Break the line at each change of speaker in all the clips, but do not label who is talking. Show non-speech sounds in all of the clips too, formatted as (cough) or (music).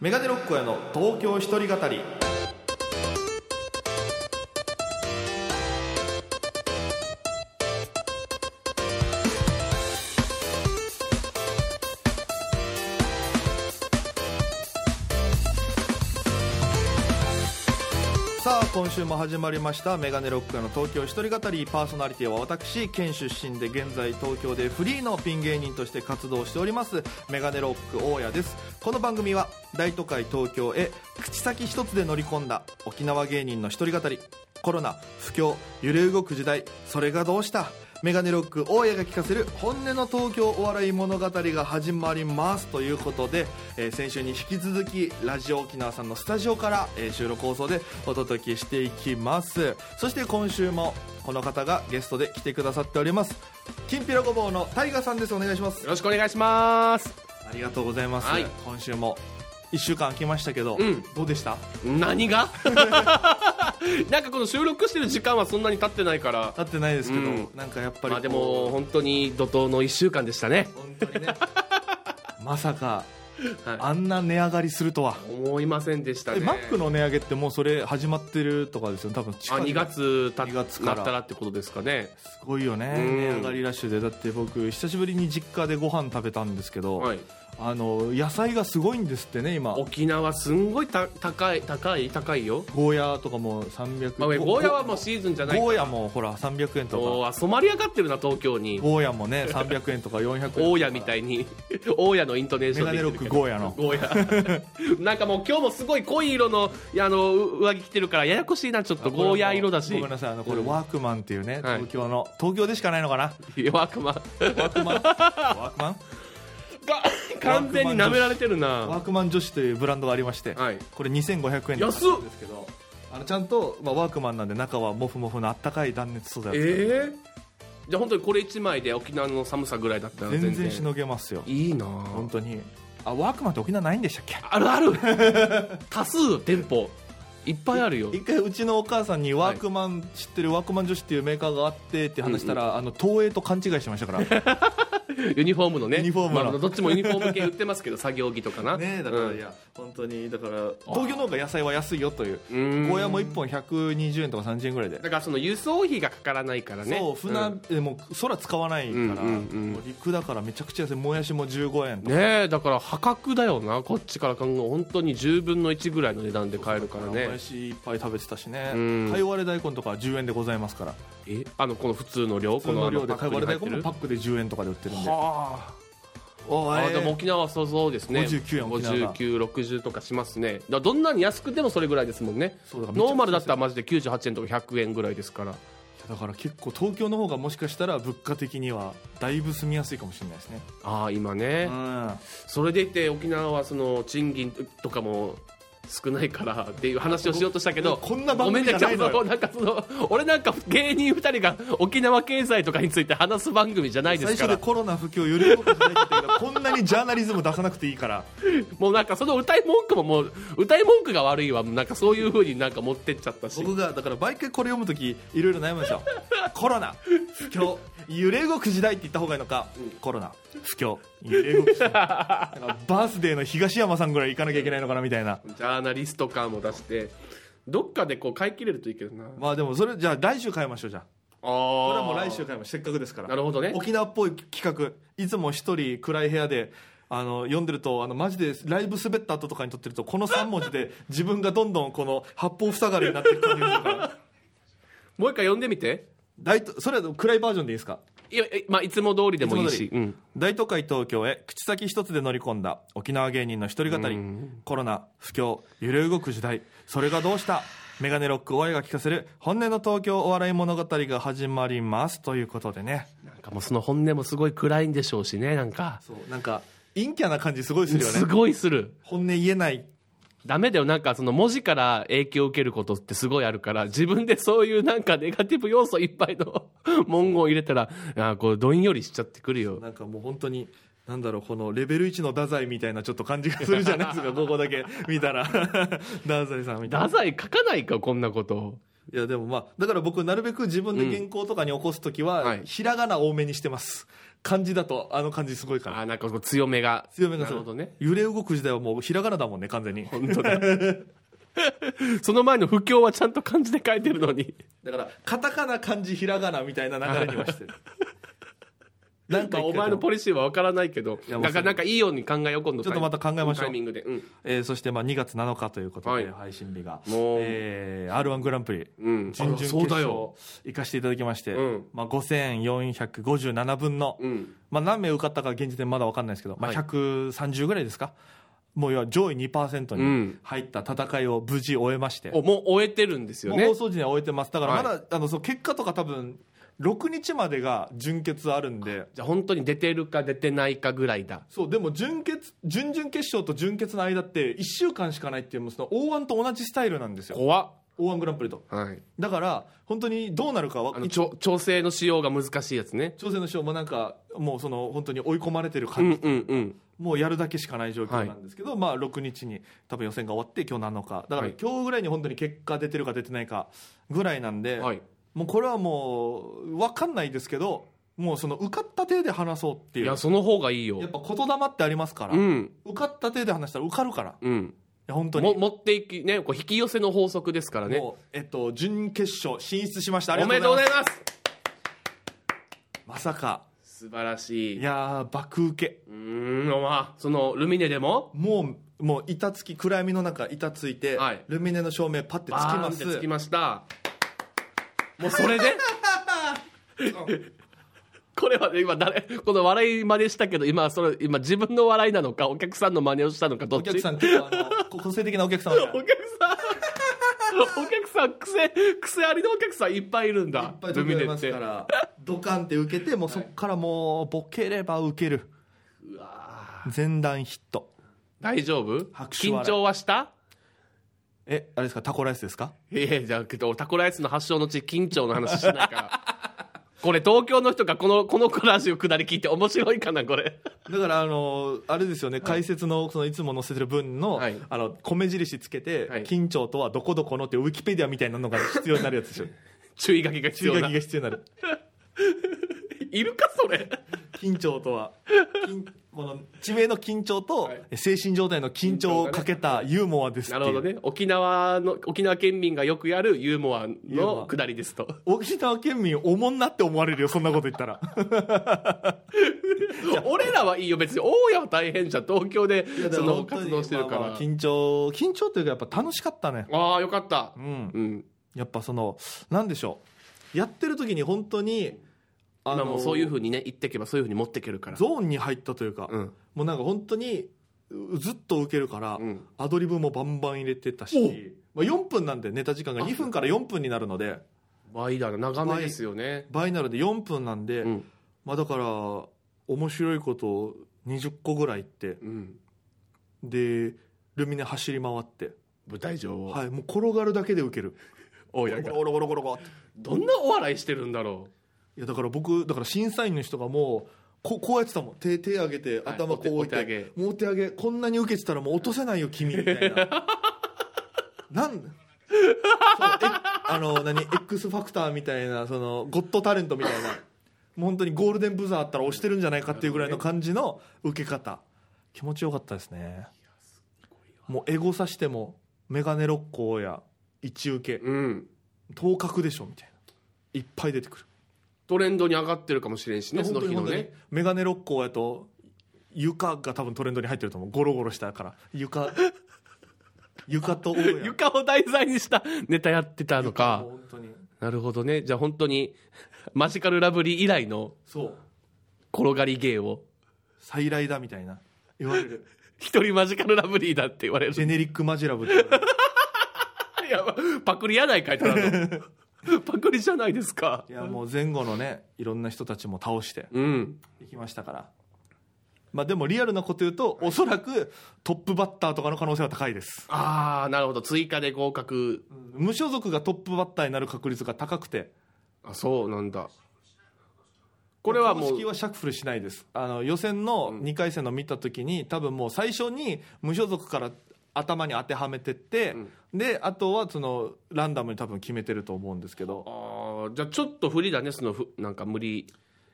メガネロックへの東京一人語りさあ今週も始まりましたメガネロックへの東京一人語りパーソナリティは私県出身で現在東京でフリーのピン芸人として活動しておりますメガネロック大家ですこの番組は大都会東京へ口先一つで乗り込んだ沖縄芸人の一人語りコロナ不況揺れ動く時代それがどうしたメガネロック大家が聞かせる本音の東京お笑い物語が始まりますということで、えー先週に引き続きラジオ沖縄さんのスタジオから、えー収録放送でお届けしていきますそして今週もこの方がゲストで来てくださっておりますきんぴらごぼうのタイガさんですお願いします
よろしくお願いします
ありがとうございます、
はい
今週も1週間空きましたけど、
うん
どうでした
何が (laughs) なんかこの収録してる時間はそんなに経ってないから
経ってないですけど、
うん
なんかやっぱりこう
まあでも本当に怒涛の1週間でしたね、
本当
(laughs)
にねまさか
は、
あんな値上がりするとはい
思いませんでした
え
ね
マックの値上げってもうそれ始まってるとかですよね多分
あ
近い
2月た
2月か
な
ら
ったらってことですかね
すごいよね
うん
値上がりラッシュでだって僕久しぶりに実家でご飯食べたんですけど、
はい
あの野菜がすごいんですってね今
沖縄すんごいた高い高い高いよ、
ゴーヤーとかも300
まあ、ゴーヤは
ゴ
もうシーズンじゃない
ゴーヤもほら300円と
もう染まり上がってるな東京に
かゴーヤもね300円とか400円とか
大家みたいに (laughs) 大家のイントネーシ
メ
ョン
ガ
で
ネロックゴーヤの
ゴーヤ (laughs) なんかもう今日もすごい濃い色のいやあのう上着着てるからややこしいなちょっとゴーヤ色だし
ごめんなさいあのこれ
うん
ワークマンっていうね、
はい
東京の東京でしかないのかな
ワークマン
ワークマンワークマン
が完全に舐められてる
ワー
な
クマン女子というブランドがありまして、
はい
これ2500円で買ったんですけどあのちゃんと、まあ、ワークマンなんで中はモフモフのあったかい断熱素材を使って
ええじゃあ本当にこれ一枚で沖縄の寒さぐらいだったら
全然しのげますよ
いいな
本当にあワークマンって沖縄ないんでしたっけ
あるある (laughs) 多数店舗いっぱいあるよ
一回うちのお母さんにワークマン知ってるワークマン女子っていうメーカーがあってって話したら、あの東映と勘違いしましたから (laughs) ね
ユニフォームのね
ユニフォームの
まあどっちもユニフォーム系売ってますけど作業着とか
(laughs)
な
えだから
うん
いや、本当にだから東京の方が野菜は安いよという
うーん
ゴーヤも1本120円とか30円ぐらいで
だからその輸送費がかからないからね
そう船、
ん
えもう空使わないから、
うんうんうん
もう陸だからめちゃくちゃ安いもやしも15円とか
ねえだから破格だよなこっちから考えると本当に10分の1ぐらいの値段で買えるから
もや
ね
しいっぱい食べてたしね
うん
かいわれ大根とかは10円でございますから
えあのこの普通の量
その量で
こ
かい
の
わ
あ
れ大
のパック
根も
に入って
パ
る
ックで10円とかで売ってるんで
はあ
おー
あ
え
で
ー
も沖縄はそうそうですね
59やん沖縄が
5960とかしますねだからどんなに安くてもそれぐらいですもんね
そうだからめちゃくちゃ
ノーマルだったらマジで98円とか100円ぐらいですから
だから結構東京の方がもしかしたら物価的にはだいぶ住みやすいかもしれないですね
ああ今ね、
うん
それでいて沖縄はその賃金とかも少ないからっていう話をしようとしたけど
こんな番組じゃないのよ
ごめんねちゃんとなんかその俺なんか芸人2人が沖縄経済とかについて話す番組じゃないで
最
す
初
か
で
ら
コロナ不況より多くないって言ったけどこんなにジャーナリズム出さなくていいから
もうなんかその歌い文句ももう歌い文句が悪いわなんかそういう風になんか持ってっちゃったし
僕がだから毎回これ読むときいろいろ悩むんです
(laughs)
よコロナ不況揺れ動く時代って言った方がいいのか、コロナ不況揺れ動く時代だからバースデーの東山さんぐらい行かなきゃいけないのかなみたいな
ジャーナリスト感も出してどっかでこう買い切れるといいけどなあ
まあでもそれじゃあ来週変えましょうじゃあ
あ
こ
こ
れはもう来週変えましょうせっかくですから
なるほどね
沖縄っぽい企画いつも一人暗い部屋であの読んでるとあのマジでライブ滑った後とかに撮ってるとこの3文字で自分がどんどんこの八方塞がりになっていく感じがするから
もう一回読んでみて
大とそれは暗いバージョンでいいですか
いや、えまあ、いつも通りでもいいし
いつも通り
うん
大都会東京へ口先一つで乗り込んだ沖縄芸人の一人語りコロナ不況揺れ動く時代それがどうしたメガネロックお笑いが聞かせる本音の東京お笑い物語が始まりますということでね
なんかもうその本音もすごい暗いんでしょうしねなんか
そうなんか陰キャな感じすごいするよね
すごいする
本音言えない
ダメだよなんかその文字から影響を受けることってすごいあるから自分でそういうなんかネガティブ要素いっぱいの (laughs) 文言を入れたらあこうどんよりしちゃってくるよ
なんかもう本当になんだろうこのレベル1の太宰みたいなちょっと感じがするじゃないです
(laughs)
かここだけ見たら太宰さんみたいな
太宰書かないかこんなこと
いやでもまあだから僕なるべく自分で原稿とかに起こす時は、
うんはい
ひらがな多めにしてます感じだとあの感じすごいから
あーなんかこう強めが
強めが
な
そ
る
う
ほどね
揺れ動く時代はもうひらがなだもんね完全に
本
(laughs)
当だその前の不況はちゃんと漢字で書いてる
(laughs)
のに
だからカタカナ漢字ひらがなみたいな流れには
(laughs)
してる
なんかお前のポリシーは分からないけど
いやもう
だからなんかいいように考えよう今度
ちょっとまた考えましょう
タイミングでうん
えーそしてまあ2月7日ということで、
はい
配信日が、
もう
えー、r 1グランプリ
うん
準々
あ
決
そうだ
勝
よ
行かせていただきまして、
うん
まあ、5457分の、
うん
まあ、何名受かったか現時点まだ分かんないですけど、まあ、
はい
130ぐらいですか、もう要は上位2%
う
に
ん
入った戦いを無事終えまして、
おもう終えてるんですよ
もう
ね
放送時には終えてますだからまだ、
は
あのそう結果とか多分6日までが準決あるんで
じゃあ本当に出てるか出てないかぐらいだ
そうでも準決準々決勝と準決の間って1週間しかないっていうもうその O−1 と同じスタイルなんですよ
怖っ
O−1 グランプリと
はい
だから本当にどうなるかは
あのちょ調整のしようが難しいやつね
朝鮮の師匠もなんかもうその本当に追い込まれてる
うん
感じ、
うんうん
もうやるだけしかない状況なんですけど、まあ6日に多分予選が終わって今日7日だか
は
ら
い
今日ぐらいに本当に結果出てるか出てないかぐらいなんで、
はい
もうこれはもう分かんないですけどもうその受かった手で話そうって
い
いうや
や
っ
その方がいいよ
ぱ言霊ってありますから、
うん
受かった手で話したら受かるからい
うん
や本当に
も持っていきねこう引き寄せの法則ですからね
もうえっと準決勝進出しましたあり
お
がと
め
う
で
ござ
とう
いま
ござ
す
います
まさか
素晴らしい
いやー爆受け
うーんまあそのルミネでも
もうもう板つき暗闇の中板ついて、
はい
ルミネの照明パッてつき
バーン
ま
ってつ
す
きましたもうそれでこれはね今誰この笑い真似したけど今それ今自分の笑いなのかお客さんの真似をしたのかどっ
お
ち
客さん結構あのこ個性的なお客さ
(laughs)
んがいっ
お客さんお客さん癖癖ありのお客さんいっぱいいるんだ
ぱい飛びますか
ルミネ
らドカンって受けてもうそっからもうボケれば受ける
ってうわー
前段ヒット
大丈夫
拍手笑い
緊張はした
えあれですかタコライスですか
いやいやじゃあけどタコライスの発祥の地緊張の話してないから (laughs) これ東京の人がこのこのコラージュ下り聞いて面白いかな
(laughs)
これ
だからあのあれですよね解説のそのいつも載せてる分の,、
はい
あの米印つけて
はい
「緊張とはどこどこの」ってウィキペディアみたいなのが必要になるやつでしょ
注意書きが (laughs) 必
注意
要
書き
な
が必要になる
いるかそれ
緊張とは緊この地名の緊張と
はい
精神状態の緊張をかけたユーモアですって
な
いう
るほどね沖縄の沖縄県民がよくやるユーモア
ユーモ
の
ア
下りですと
沖縄県民おもんなって思われるよそんなこと言ったら
俺らはいいよ別に大家は大変じゃん東京で
いやだ
そ
から
の
本当に
活動してるから、
まあまあ緊張緊張というかやっぱ楽しかったね
ああよかった
うん
うん
やっぱそのなんでしょうやってる時に本当にあ
今もうそういうふうにね言ってけばそういうふうに持ってけるから
ゾーンに入ったというか、
うん
もうなんか本当にうずっと受けるから、
うん
アドリブもバンバン入れてたし、まあ、4分なんでネタ時間が2分から4分になるので
倍だな長めですよね
倍なので4分なんで、
うん
まあ、だから面白いことを20個ぐらい言って
うん
でルミネ走り回って、
舞台上を
はい、もう転がるだけで受ける
大家
ゴ
が
ロゴロゴロゴロゴロって
どんなお笑いしてるんだろ
いやだから僕だから審査員の人がもうここうやってたもん手手上げて
はい
頭こう置いて、
お手お手上げ
もうお手上げこんなに受けてたらもう落とせないよ君みたいな
(laughs)
なんそうえあの何 X ファクターみたいなそのゴッドタレントみたいなもう本当にゴールデンブザーあったら押してるんじゃないかっていうぐらいの感じの受け方気持ちよかったですねもうエゴさしてもメガネ六甲や一受け
ううん
頭角でしょみたいないっぱい出てくる
トレンドに上がってるかもしれんしねそ
本
の
当
日
に
の
本当に
ね
メガネ六甲やと床が多分トレンドに入ってると思うゴロゴロしたから床
(laughs)
床と大家
床を題材にしたネタやってたのか (laughs)
もう本当に
なるほどねじゃあ本当に (laughs) マジカルラブリー以来の
そう
転がり芸を
再来だみたいな言われ
(laughs)
る
一人マジカルラブリーだって言われる (laughs)
ジェネリックマジラブって言われる
いやパクリやないかいただ (laughs) のパクリじゃないですか
いやもう前後のねいろんな人たちも倒して
うん
いきましたからまあでもリアルなこと言うとおそらくトップバッターとかの可能性は高いです
ああなるほど追加で合格
無所属がトップバッターになる確率が高くて
あそうなんだこれはも
公
う
式はシャッフルしないですあの予選の2回戦の見た時に多分もう最初に無所属から頭に当てはめてって、であとはそのランダムに多分決めてると思うんですけど
あーじゃあちょっと不利だねそのふなんか無理
い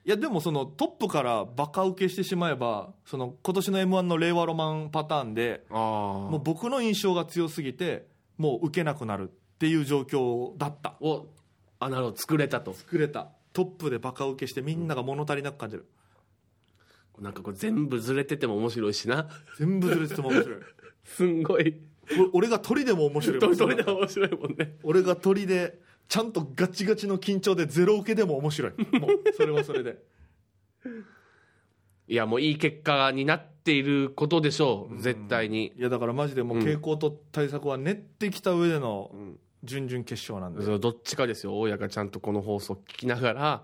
やでもそのトップからバカ受けしてしまえばその今年の m 1の令和ロマンパターンで
ああ
もう僕の印象が強すぎてもう受けなくなるっていう状況だった
をあなるほど作れたと
作れたトップでバカ受けしてみんなが物足りなく感じる、
なんかこれ全部ずれてても面白いしな
全部ずれてても面白い
(laughs) すんごい
お俺が鳥でも面白い
どれでも面白いもんね
俺が鳥でちゃんとガチガチの緊張でゼロ受けでも面白いもうそれはそれで
いやもういい結果になっていることでしょう絶対に、
いやだからマジでもう
うん
傾向と対策は練ってきた上での
ん
準々決勝なんで、
そうどっちかですよ親がちゃんとこの放送聞きながら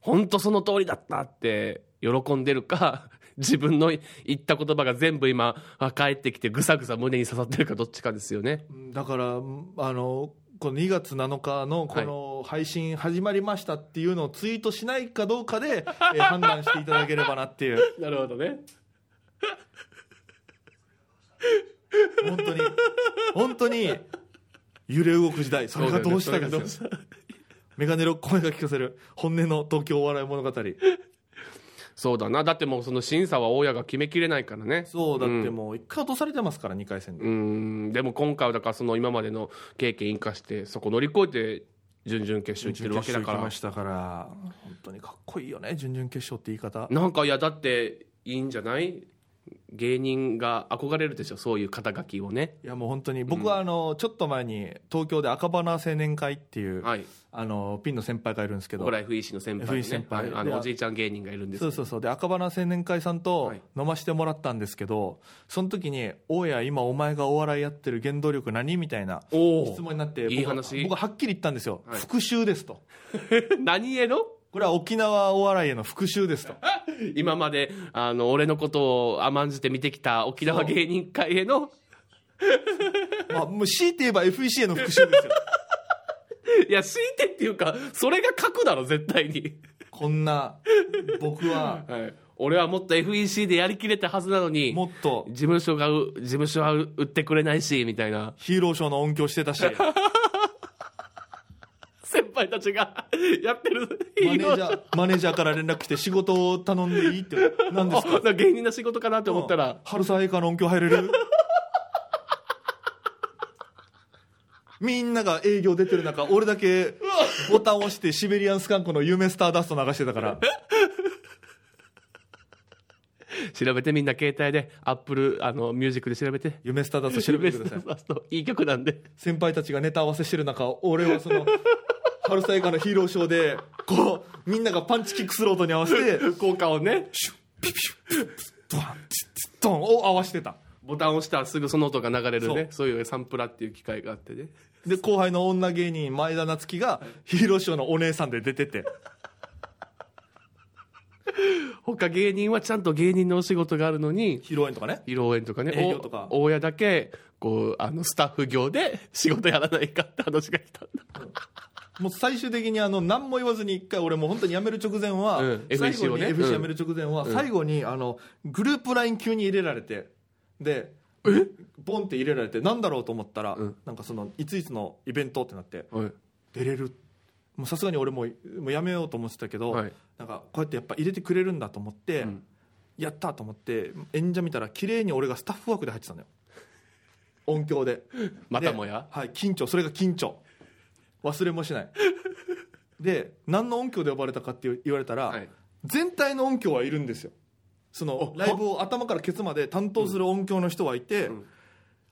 本当その通りだったって喜んでるか (laughs) 自分の言った言葉が全部今あ返ってきてぐさぐさ胸に刺さってるかどっちかですよね
うんだからうんあのこの2月7日のこの配信始まりましたっていうのをツイートしないかどうかで、えー判断していただければなっていう
なるほどね
本当に本当に揺れ動く時代それがどうしたかですよメガネロ声が聞かせる本音の東京お笑い物語
そうだなだってもうその審査は親が決めきれないからね
そうだっ
ん
てもう1回落とされてますから2回戦で、
うーんでも今回はだからその今までの経験生かしてそこ乗り越えて準々決勝行ってるわけだか
準々決勝行きま
ら
したから本当にかっこいいよね準々決勝って言い方
なんかいやだっていいんじゃない芸人が憧れるでしょそういう肩書きをね
いやもう本当に僕はあのちょっと前に東京で赤花青年会っていう
はい
あのピンの先輩がいるんですけど
ここら FEC の先輩、ね、
FEC 先輩
はいあ
いや
のおじいちゃん芸人がいるんです
そうそうそうで赤花青年会さんと
はい
飲ましてもらったんですけどその時に「大家今お前がお笑いやってる原動力何?」みたいな
お
質問になって僕
いい話
僕ははっきり言ったんですよ「
はい
復讐です」と
何への
「これは沖縄お笑いへの復讐です」と
今まであの俺のことを甘んじて見てきた沖縄芸人会への
まあもう強いて言えば FEC への復讐ですよ
いや強いてっていうかそれが書くだろ絶対に
こんな僕は
はい、俺はもっと FEC でやりきれたはずなのに
もっと
事務所がう事務所は売ってくれないしみたいな
ヒーローショーの音響してたしマ
先輩たちがやってる
ネージャーマネージャーから連絡来て仕事を頼んでいいって何ですか
お芸人の仕事かなって思ったら、
春沢映画の音響入れるみんなが営業出てる中俺だけボタン押してシベリアンスカンコの夢スターダスト流してたから
調べてみんな携帯でアップルあのミュージックで調べて
夢スターダスト調べてください
ベストいい曲なんで
先輩たちがネタ合わせしてる中俺はその春沢映画のヒーローショーでこうみんながパンチキックスロートに合わせて
効果をね
シュッピピシュッドワンチッチッドンを合わせてた
ボタンを押したらすぐその音が流れるねそういうサンプラっていう機械があってね
で後輩の女芸人前田夏樹がヒーローショーのお姉さんで出てて
(laughs) 他芸人はちゃんと芸人のお仕事があるのに
披露宴とかね
披露宴とかね
営業とか
お大家だけこうあのスタッフ業で仕事やらないかって話が来たんだ
もう最終的にあの何も言わずに一回俺もう本当に辞める直前は、
うん
最後
FEC を
に
ね
FC
うん
辞める直前は最後にあのグループライン急に入れられてでボンって入れられてなんだろうと思ったら、
うん
なんかそのいついつのイベントってなって
はい
出れるもうさすがに俺ももうやめようと思ってたけど、
はい
なんかこうやってやっぱ入れてくれるんだと思って、
ん
やったと思って演者見たら綺麗に俺がスタッフ枠で入ってた
(laughs)
のよ音響で
またもや
ではい緊張それが緊張忘れもしないで何の音響で呼ばれたかって言われたら、
はい
全体の音響はいるんですよそのライブを頭からケツまで担当する音響の人はいて、
ん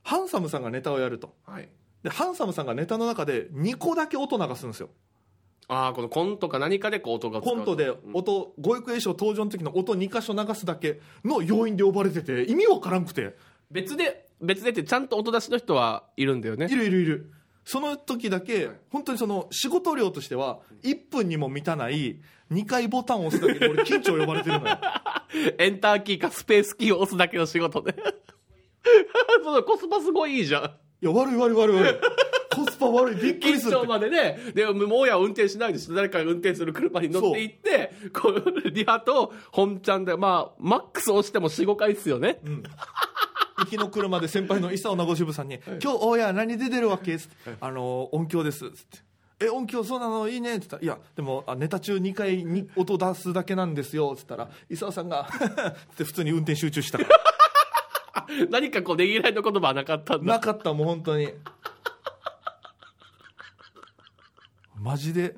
ハンサムさんがネタをやると
はい
でハンサムさんがネタの中で2個だけ音流すんですよ
ああこのコントか何かでこう音が使う
コントで音、語育英賞登場の時の音2箇所流すだけの要因で呼ばれてて意味わからんくて
別で別でってちゃんと音出しの人はいるんだよね
いるいるいるその時だけ、本当にその仕事量としては1分にも満たない2回ボタンを押すだけで俺緊張呼ばれてるのよ
エンターキーかスペースキーを押すだけの仕事で (laughs) そのコスパすごいいいじゃん
いや悪い悪い悪い悪いコスパ悪いびっくり
緊
するっ
張
て
までねでもうや運転しないでしょ誰かが運転する車に乗っていってこうリハと本ちゃんでまあマックス押しても45回っすよね
行きの車で先輩の伊佐尾名護支部さんに「今日大家何で出るわけ?」っつって「あの音響です」っつってえ音響そうなのいいねって言ったら「いやでもあネタ中2回に音出すだけなんですよ」って言ったら伊沢さんが (laughs) って普通に運転集中したから
(laughs) 何かこうねぎらいの言葉はなかったんだ
なかったもう本当にマジで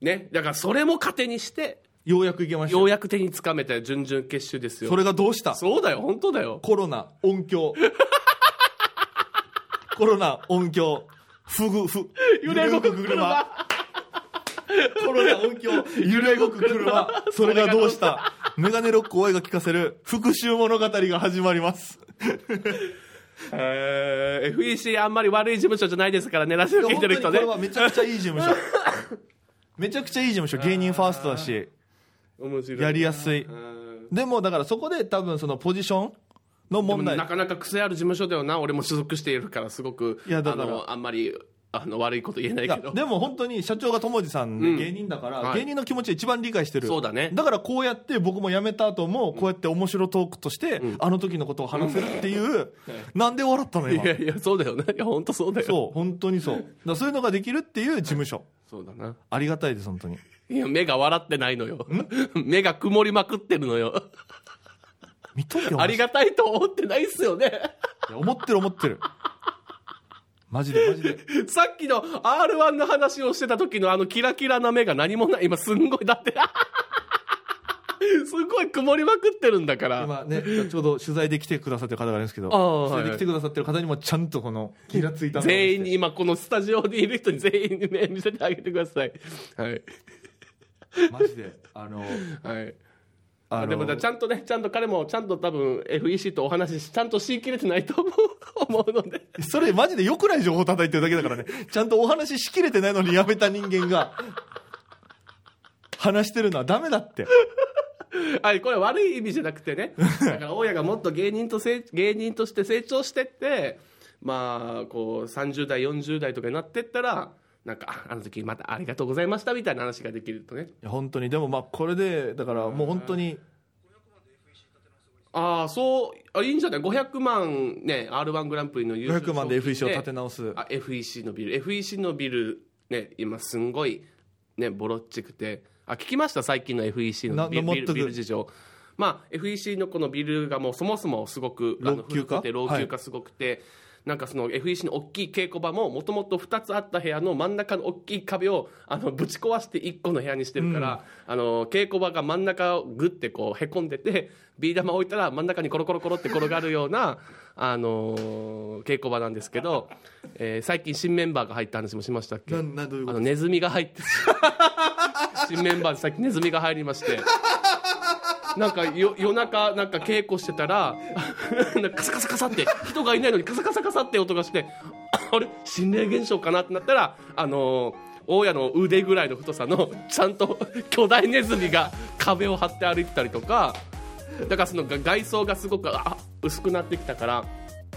ねだからそれも糧にして
ようやくいけました
よ
よ
うやく手につかめた準々決勝ですよ
それがどうした
そうだよ本当だよ
コロナ音響 (laughs) コロナ音響ふぐふ
揺れ動く車
(laughs) コロナ音響揺れ動く車それがどうしたメガネロック声が聞かせる復讐物語が始まります
えー FEC あんまり悪い事務所じゃないですからねラジオ聞いてる人
こ
ね
れはめちゃくちゃいい事務所めちゃくちゃいい事務所芸人ファーストだし
面白い
やりやすい
うん
でもだからそこで多分そのポジションの
でも
問題
なかなか癖ある事務所だよな俺も所属しているからすごく
いやだから
あのあんまりあの悪いこと言えない
い
け
や
ど
でも本当に社長が友次さん
うん
で芸人だから、
はい
芸人の気持ちを一番理解してる
そうだね
だからこうやって僕も辞めた後もこうやって面白トークとして、あの時のことを話せるっていう、なんで笑ったの
い
今
やいやそうだよねいや本当そうだよ
そう本当にそうだからそういうのができるっていう事務所
そうだな
ありがたいです本当に
いや目が笑ってないのよ (laughs) 目が曇りまくってるのよ
見とけよ
ありがたいと思ってないっすよね (laughs)
いや思ってる思ってるマジでマジで
さっきの r 1の話をしてた時のあのキラキラな目が何もない今すんごいだって (laughs) すごい曇りまくってるんだから
今ねちょうど取材で来てくださってる方がいるんですけど
ああ
取材で来てくださってる方にもちゃんとこの気がついた顔をして
全員に今このスタジオにいる人に全員に目見せてあげてくださいはい
マジであの
はい
あの
でもだちゃんとねちゃんと彼もちゃんと多分 FEC とお話しちゃんとしきれてないと思う思うので
それマジで良くない情報叩いてるだけだからね。ちゃんとお話ししきれてないのにやめた人間が、話してるのはダメだって。
(laughs) はい、これ悪い意味じゃなくて (laughs) ねだから大家がもっと芸人と成芸人として成長してってまあこう30代40代とかになってったらなんかああの時またありがとうございましたみたいな話ができるとね
いや本当に、でもまあこれで、だからもう本当に、
ああそうあいいんじゃない500万ね r 1グランプリの優勝
500万で
賞金
FEC を立て直す。
あ FEC のビル FEC のビルね今すんごいねボロっちくてあ聞きました最近の FEC の
な
ビル
な
ビ
全
ル
く
ビル事情まあ FEC のこのビルがもうそもそもすごくあの
老朽化
古くて老朽化すごくて、なんかその FEC の大きい稽古場ももともと2つあった部屋の真ん中の大きい壁をあのぶち壊して1個の部屋にしてるから、あの稽古場が真ん中をグッてこうへこんでてビー玉置いたら真ん中にコロコロコロって転がるようなあのー稽古場なんですけど、えー最近新メンバーが入った話もしましたっけ
ななどういうこ
あ
と
のネズミが入って
(laughs)
新メンバーでさっきネズミが入りましてなんかよ夜中なんか稽古してたら (laughs) なんかカサカサカサって人がいないのにカサカサカサって音がしてあれ心霊現象かなってなったらあのー大家の腕ぐらいの太さのちゃんと巨大ネズミが壁を張って歩いてたりとかだからそのが外装がすごくあ薄くなってきたから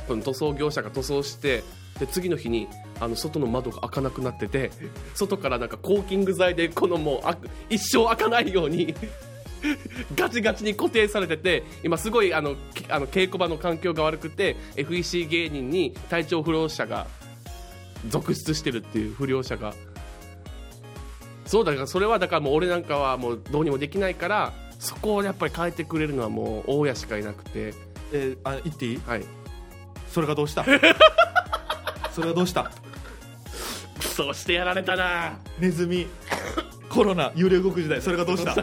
その塗装業者が塗装してで次の日にあの外の窓が開かなくなってて外からなんかコーキング剤でこのもうあ一生開かないようにガチガチに固定されてて今すごいあのけあの稽古場の環境が悪くて FEC 芸人に体調不良者が続出してるっていう不良者がそうだからそれはだからもう俺なんかはもうどうにもできないからそこをやっぱり変えてくれるのはもう大家しかいなくて
えーあ、言っていい
はい
それがどうしたそれがどうした
そうしてやられたな
ネズミ、コロナ、揺れ動く時代、それがどうした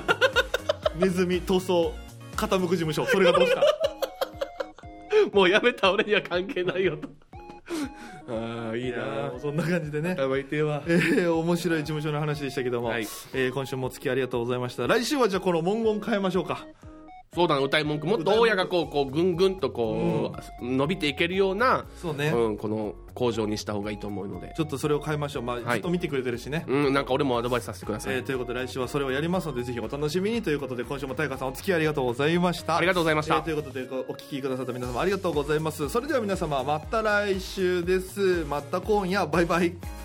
ネズミ、塗装、傾く事務所、それがどうした
もうやめた俺には関係ないよと (laughs) ああいい
いや
な
ーそんな感じでね。
ばいてえわ
えー面白い事務所の話でしたけども、
はい
えー今週もお付き合いありがとうございました来週はじゃあこの文言変えましょうか
そうだな歌い文句もっと大家がこうこうぐんぐんとこう、伸びていけるような、
そうね、
うん、この工場にした方がいいと思うので
ちょっとそれを変えましょうまあ、
はい
ずっと見てくれてるしね、
うんなんか俺もアドバイスさせてください、
えーということで来週はそれをやりますのでぜひお楽しみにということで今週も大河さんお付き合いありがとうございました
ありがとうございました
えーということでお聞きくださった皆様ありがとうございますそれでは皆様また来週ですまた今夜バイバイ